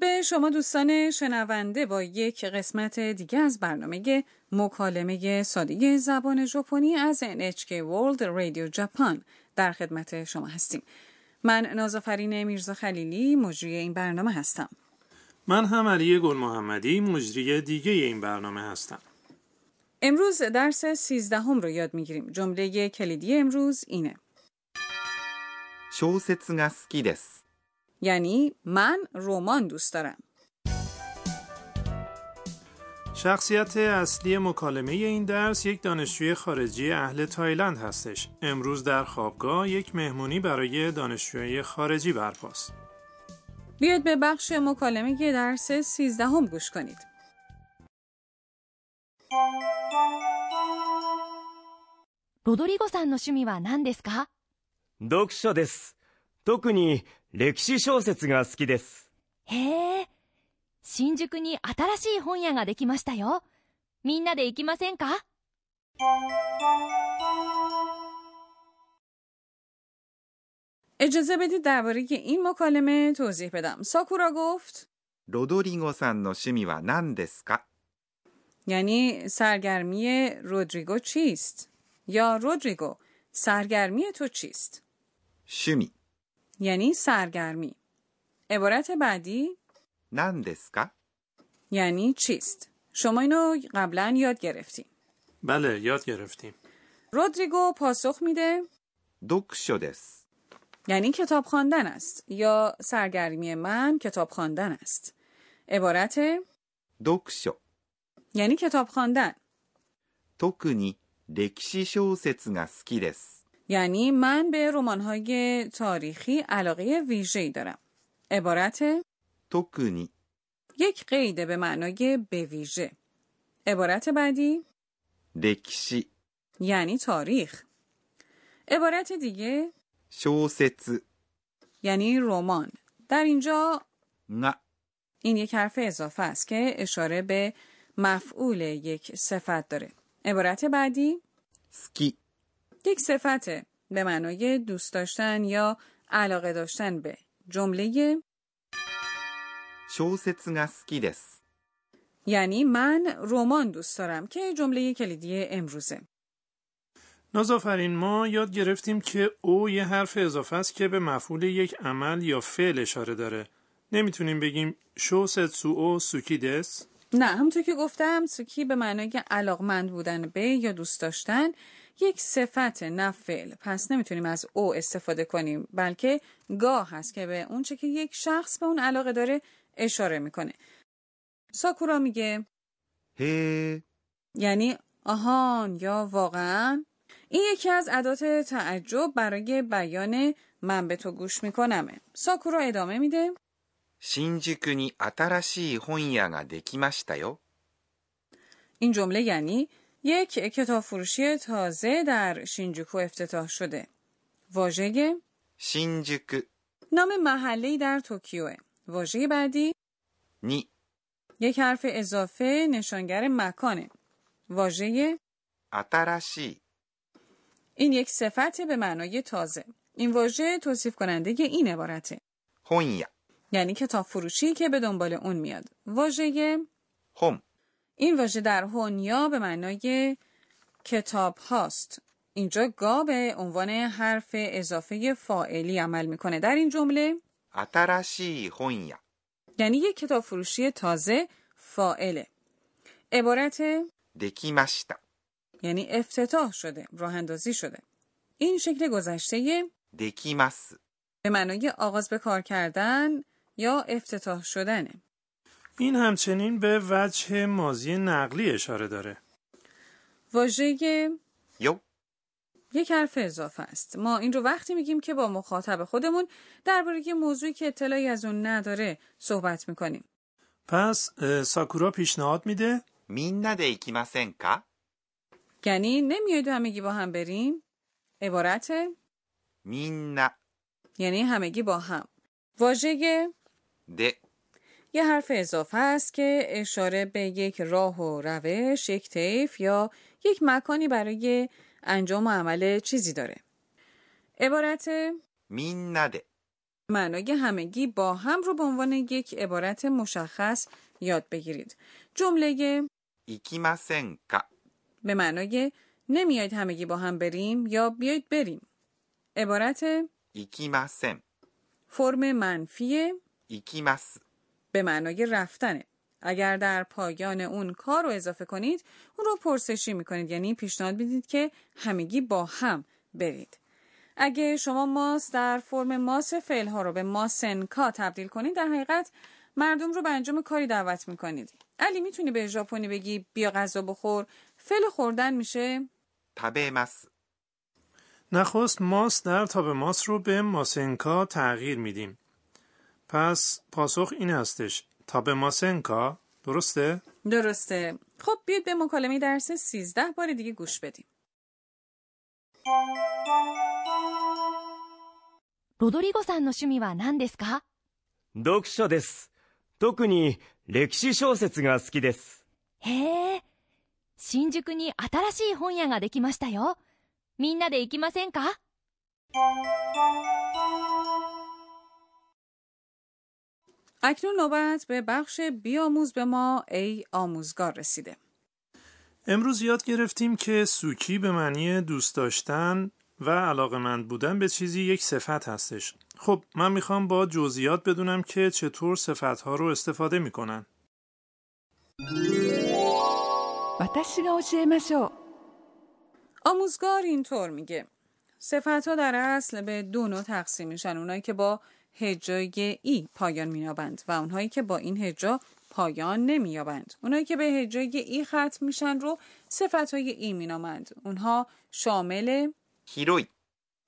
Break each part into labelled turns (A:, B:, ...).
A: به شما دوستان شنونده با یک قسمت دیگه از برنامه مکالمه ساده زبان ژاپنی از NHK World Radio Japan در خدمت شما هستیم. من نازافرین میرزا خلیلی مجری این برنامه هستم.
B: من هم علی گل محمدی مجری دیگه این برنامه هستم.
A: امروز درس سیزدهم رو یاد میگیریم. جمله کلیدی امروز اینه.
C: 小説が好きです。
A: یعنی من رمان دوست دارم.
B: شخصیت اصلی مکالمه این درس یک دانشجوی خارجی اهل تایلند هستش. امروز در خوابگاه یک مهمونی برای دانشجوی خارجی برپاست.
A: بیاید به بخش مکالمه درس سیزدهم گوش کنید.
D: ロドリゴさんの趣味は何ですか
E: 読書です。特に歴史小説が好きです。
D: へえ。新宿に新しい本屋ができましたよ。みんなで行きませんか
A: اجازه بدید درباره این مکالمه توضیح بدم. ساکورا گفت
C: ロドリゴさんの趣味は何ですか
A: یعنی سرگرمی رودریگو چیست؟ یا رودریگو سرگرمی تو چیست؟
C: 趣味
A: یعنی سرگرمی عبارت بعدی
C: 何ですか
A: یعنی چیست؟ شما اینو قبلا یاد گرفتیم
B: بله یاد گرفتیم.
A: رودریگو پاسخ میده
C: 読書です。
A: یعنی کتاب خواندن است یا سرگرمی من کتاب خواندن است عبارت
C: 読書。
A: یعنی کتاب خواندن
C: 特に歴史小説が好きです。
A: یعنی من به رمان‌های تاریخی علاقه ویژه‌ای دارم عبارت
C: 特に
A: یک قید به معنای به ویژه. عبارت بعدی
C: 歴史
A: یعنی تاریخ. عبارت دیگه
C: 小説
A: یعنی رمان. در اینجا
C: が
A: این یک حرف اضافه است که اشاره به مفعول یک صفت داره. عبارت بعدی
C: 好き
A: یک صفته به معنای دوست داشتن یا علاقه داشتن به جمله
C: 小説が好きです。
A: یعنی من رمان دوست دارم که جمله کلیدی امروزه.
B: نازافرین ما یاد گرفتیم که او یه حرف اضافه است که به مفعول یک عمل یا فعل اشاره داره. نمیتونیم بگیم شو ستسو او سوکی دس؟
A: نه همونطور که گفتم سوکی به معنای علاقمند بودن به یا دوست داشتن یک صفت نه فعل پس نمیتونیم از او استفاده کنیم بلکه گاه هست که به اون چه که یک شخص به اون علاقه داره اشاره میکنه ساکورا میگه
C: へえ、
A: یعنی آهان یا واقعا این یکی از ادات تعجب برای بیان من به تو گوش میکنمه ساکورا ادامه میده
C: 新宿に新しい本屋ができましたよ。
A: این جمله یعنی یک کتاب فروشی تازه در شینجوکو افتتاح شده. واژه
C: 新宿
A: نام محله در توکیوه. واژه بعدی
C: に
A: یک حرف اضافه نشانگر مکانه. واژه
C: 新しい
A: این یک صفت به معنای تازه. این واژه توصیف کننده این عبارته.
C: 本屋、
A: یعنی کتاب فروشی که به دنبال اون میاد. واژه
C: 本、
A: این واژه در هونیا به معنای کتاب هاست. اینجا گا به عنوان حرف اضافه فاعلی عمل میکنه. در این جمله
C: 新しい本屋、
A: یعنی یک کتاب فروشی تازه فاعله. عبارت
C: できました。
A: یعنی افتتاح شده، راه اندازی شده. این شکل گذشته
C: できます。
A: به معنای آغاز به کار کردن یا افتتاح شدنه.
B: این همچنین به وجه مازی نقلی اشاره داره.
A: واژه
C: よ、
A: یک حرف اضافه است ما این رو وقتی میگیم که با مخاطب خودمون درباره یه موضوعی که اطلاعی از اون نداره صحبت میکنیم
B: پس اه، ساکورا پیشنهاد میده
C: みんなで行きませんか
A: یعنی نمیاید و همگی با هم بریم عبارت
C: みんな
A: یعنی همگی با هم واژه
C: で
A: یه حرف اضافه است که اشاره به یک راه و روش یک طیف یا یک مکانی برای انجام و عمل چیزی داره عبارت
C: みんなで
A: معنای همگی با هم رو به عنوان یک عبارت مشخص یاد بگیرید. جمله
C: 行きませんか
A: به معنای نمیاید همگی با هم بریم یا بیایید بریم. عبارت
C: 行きません
A: فرم منفی
C: 行きます
A: به معنای رفتنه. اگر در پایان اون کار رو اضافه کنید، اون رو پرسشی میکنید یعنی پیشنهاد میدید که همگی با هم برید. اگه شما ماس در فرم ماس فعل ها رو به ماسنکا تبدیل کنید در حقیقت مردم رو به انجام کاری دعوت میکنید. علی میتونی به ژاپنی بگی بیا غذا بخور فعل خوردن میشه
C: 食べます
B: نخست ماس در تاب ماس رو به ماسنکا تغییر میدیم. پس پاسخ این هستش. تاب ماسنکا درسته؟
A: درسته خب بیاید به مکالمه درس 13 بار دیگه گوش بدیم
D: ロドリゴさんの趣味は何ですか
E: 読書です。特に歴史小説が好きです。
D: へえ。新宿に新しい本屋ができましたよ。みんなで行きませんか
A: اکنون نوبت به بخش بیاموز به ما ای آموزگار رسیده
B: امروز یاد گرفتیم که سوکی به معنی دوست داشتن و علاقمند بودن به چیزی یک صفت هستش. خب من میخوام با جزئیات بدونم که چطور صفتها رو استفاده میکنن.
F: 私が教えましょう
A: آموزگار اینطور میگه صفت ها در اصل به دو نوع تقسیم میشن اونایی که با هجای ای پایان مینابند و اونهایی که با این هجا پایان نمییابند اونایی که به هجای ای ختم میشن رو صفت های ای مینامند اونها شامل
C: 広い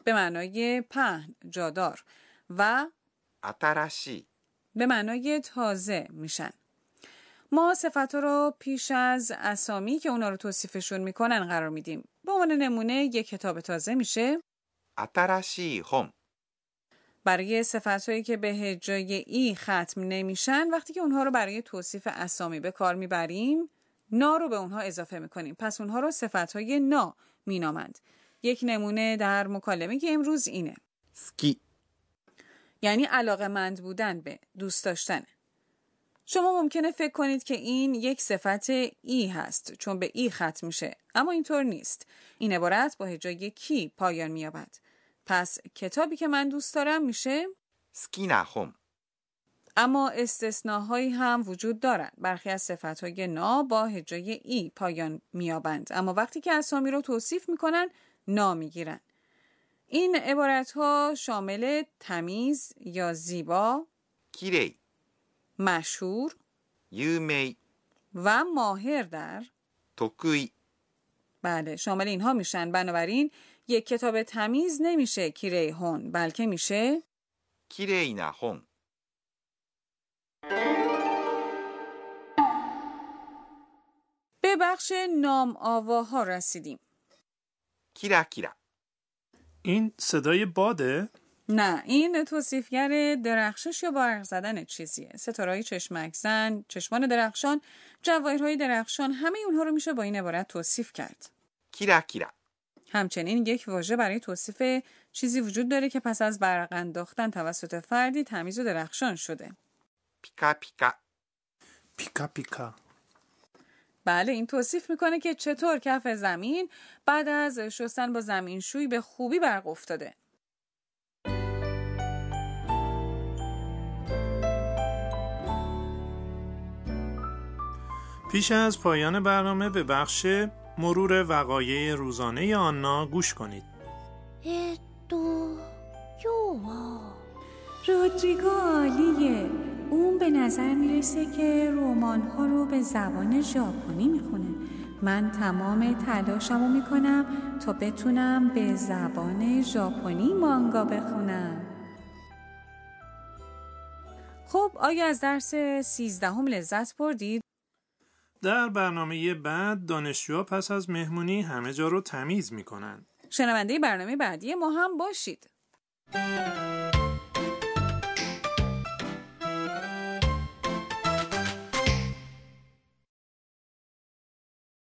A: به معنای پهن جادار و
C: 新しい
A: به معنای تازه میشن ما صفت رو پیش از اسامی که اونا رو توصیفشون میکنن قرار میدیم به عنوان نمونه یک کتاب تازه میشه
C: 新しい本
A: برای صفت هایی که به هجای ای ختم نمیشن وقتی که اونها رو برای توصیف اسامی به کار میبریم نا رو به اونها اضافه میکنیم پس اونها رو صفت های نا مینامند یک نمونه در مکالمه که امروز اینه
C: 好き
A: یعنی علاقه مند بودن به دوست داشتن شما ممکنه فکر کنید که این یک صفت ای هست چون به ای ختم میشه اما اینطور نیست این عبارت با هجای کی پایان مییابد پس کتابی که من دوست دارم میشه
C: 好きな本
A: اما استثناهایی هم وجود دارند برخی از صفتهای نا با هجای ای پایان مییابند اما وقتی که اسامی رو توصیف میکنن نا میگیرن این عبارت ها شامل تمیز یا زیبا
C: きれい
A: مشهور
C: 有名
A: و ماهر در
C: 得意
A: بله شامل اینها میشن بنابراین یک کتاب تمیز نمیشه کیری هون بلکه میشه
C: きれいな本
A: به بخش نام آواها رسیدیم
C: キラキラ
B: این صدای باده؟
A: نه این توصیفگر درخشش یا برق زدن چیزیه ستارهای چشمک زن چشمان درخشان جواهرهای درخشان همه اونها رو میشه با این عبارت توصیف کرد
C: キラキラ
A: همچنین یک واژه برای توصیف چیزی وجود داره که پس از برق انداختن توسط فردی تمیز و درخشان شده
C: ピカピカ
B: پیکا پیکا.
A: بله این توصیف میکنه که چطور کف زمین بعد از شستن با زمین شوی به خوبی برق افتاده
B: پیش از پایان برنامه به بخش مرور وقایع روزانه آنا گوش کنید.
D: えっと、今日は。
A: رودریگو عالیه اون به نظر میرسه که رمان ها رو به زبان ژاپنی میخونه من تمام تلاشمو میکنم تا بتونم به زبان ژاپنی مانگا بخونم خب آیا از درس سیزدهم لذت بردید؟
B: در برنامه بعد دانشجوها پس از مهمونی همه جا رو تمیز میکنن.
A: شنونده برنامه بعدی ما هم باشید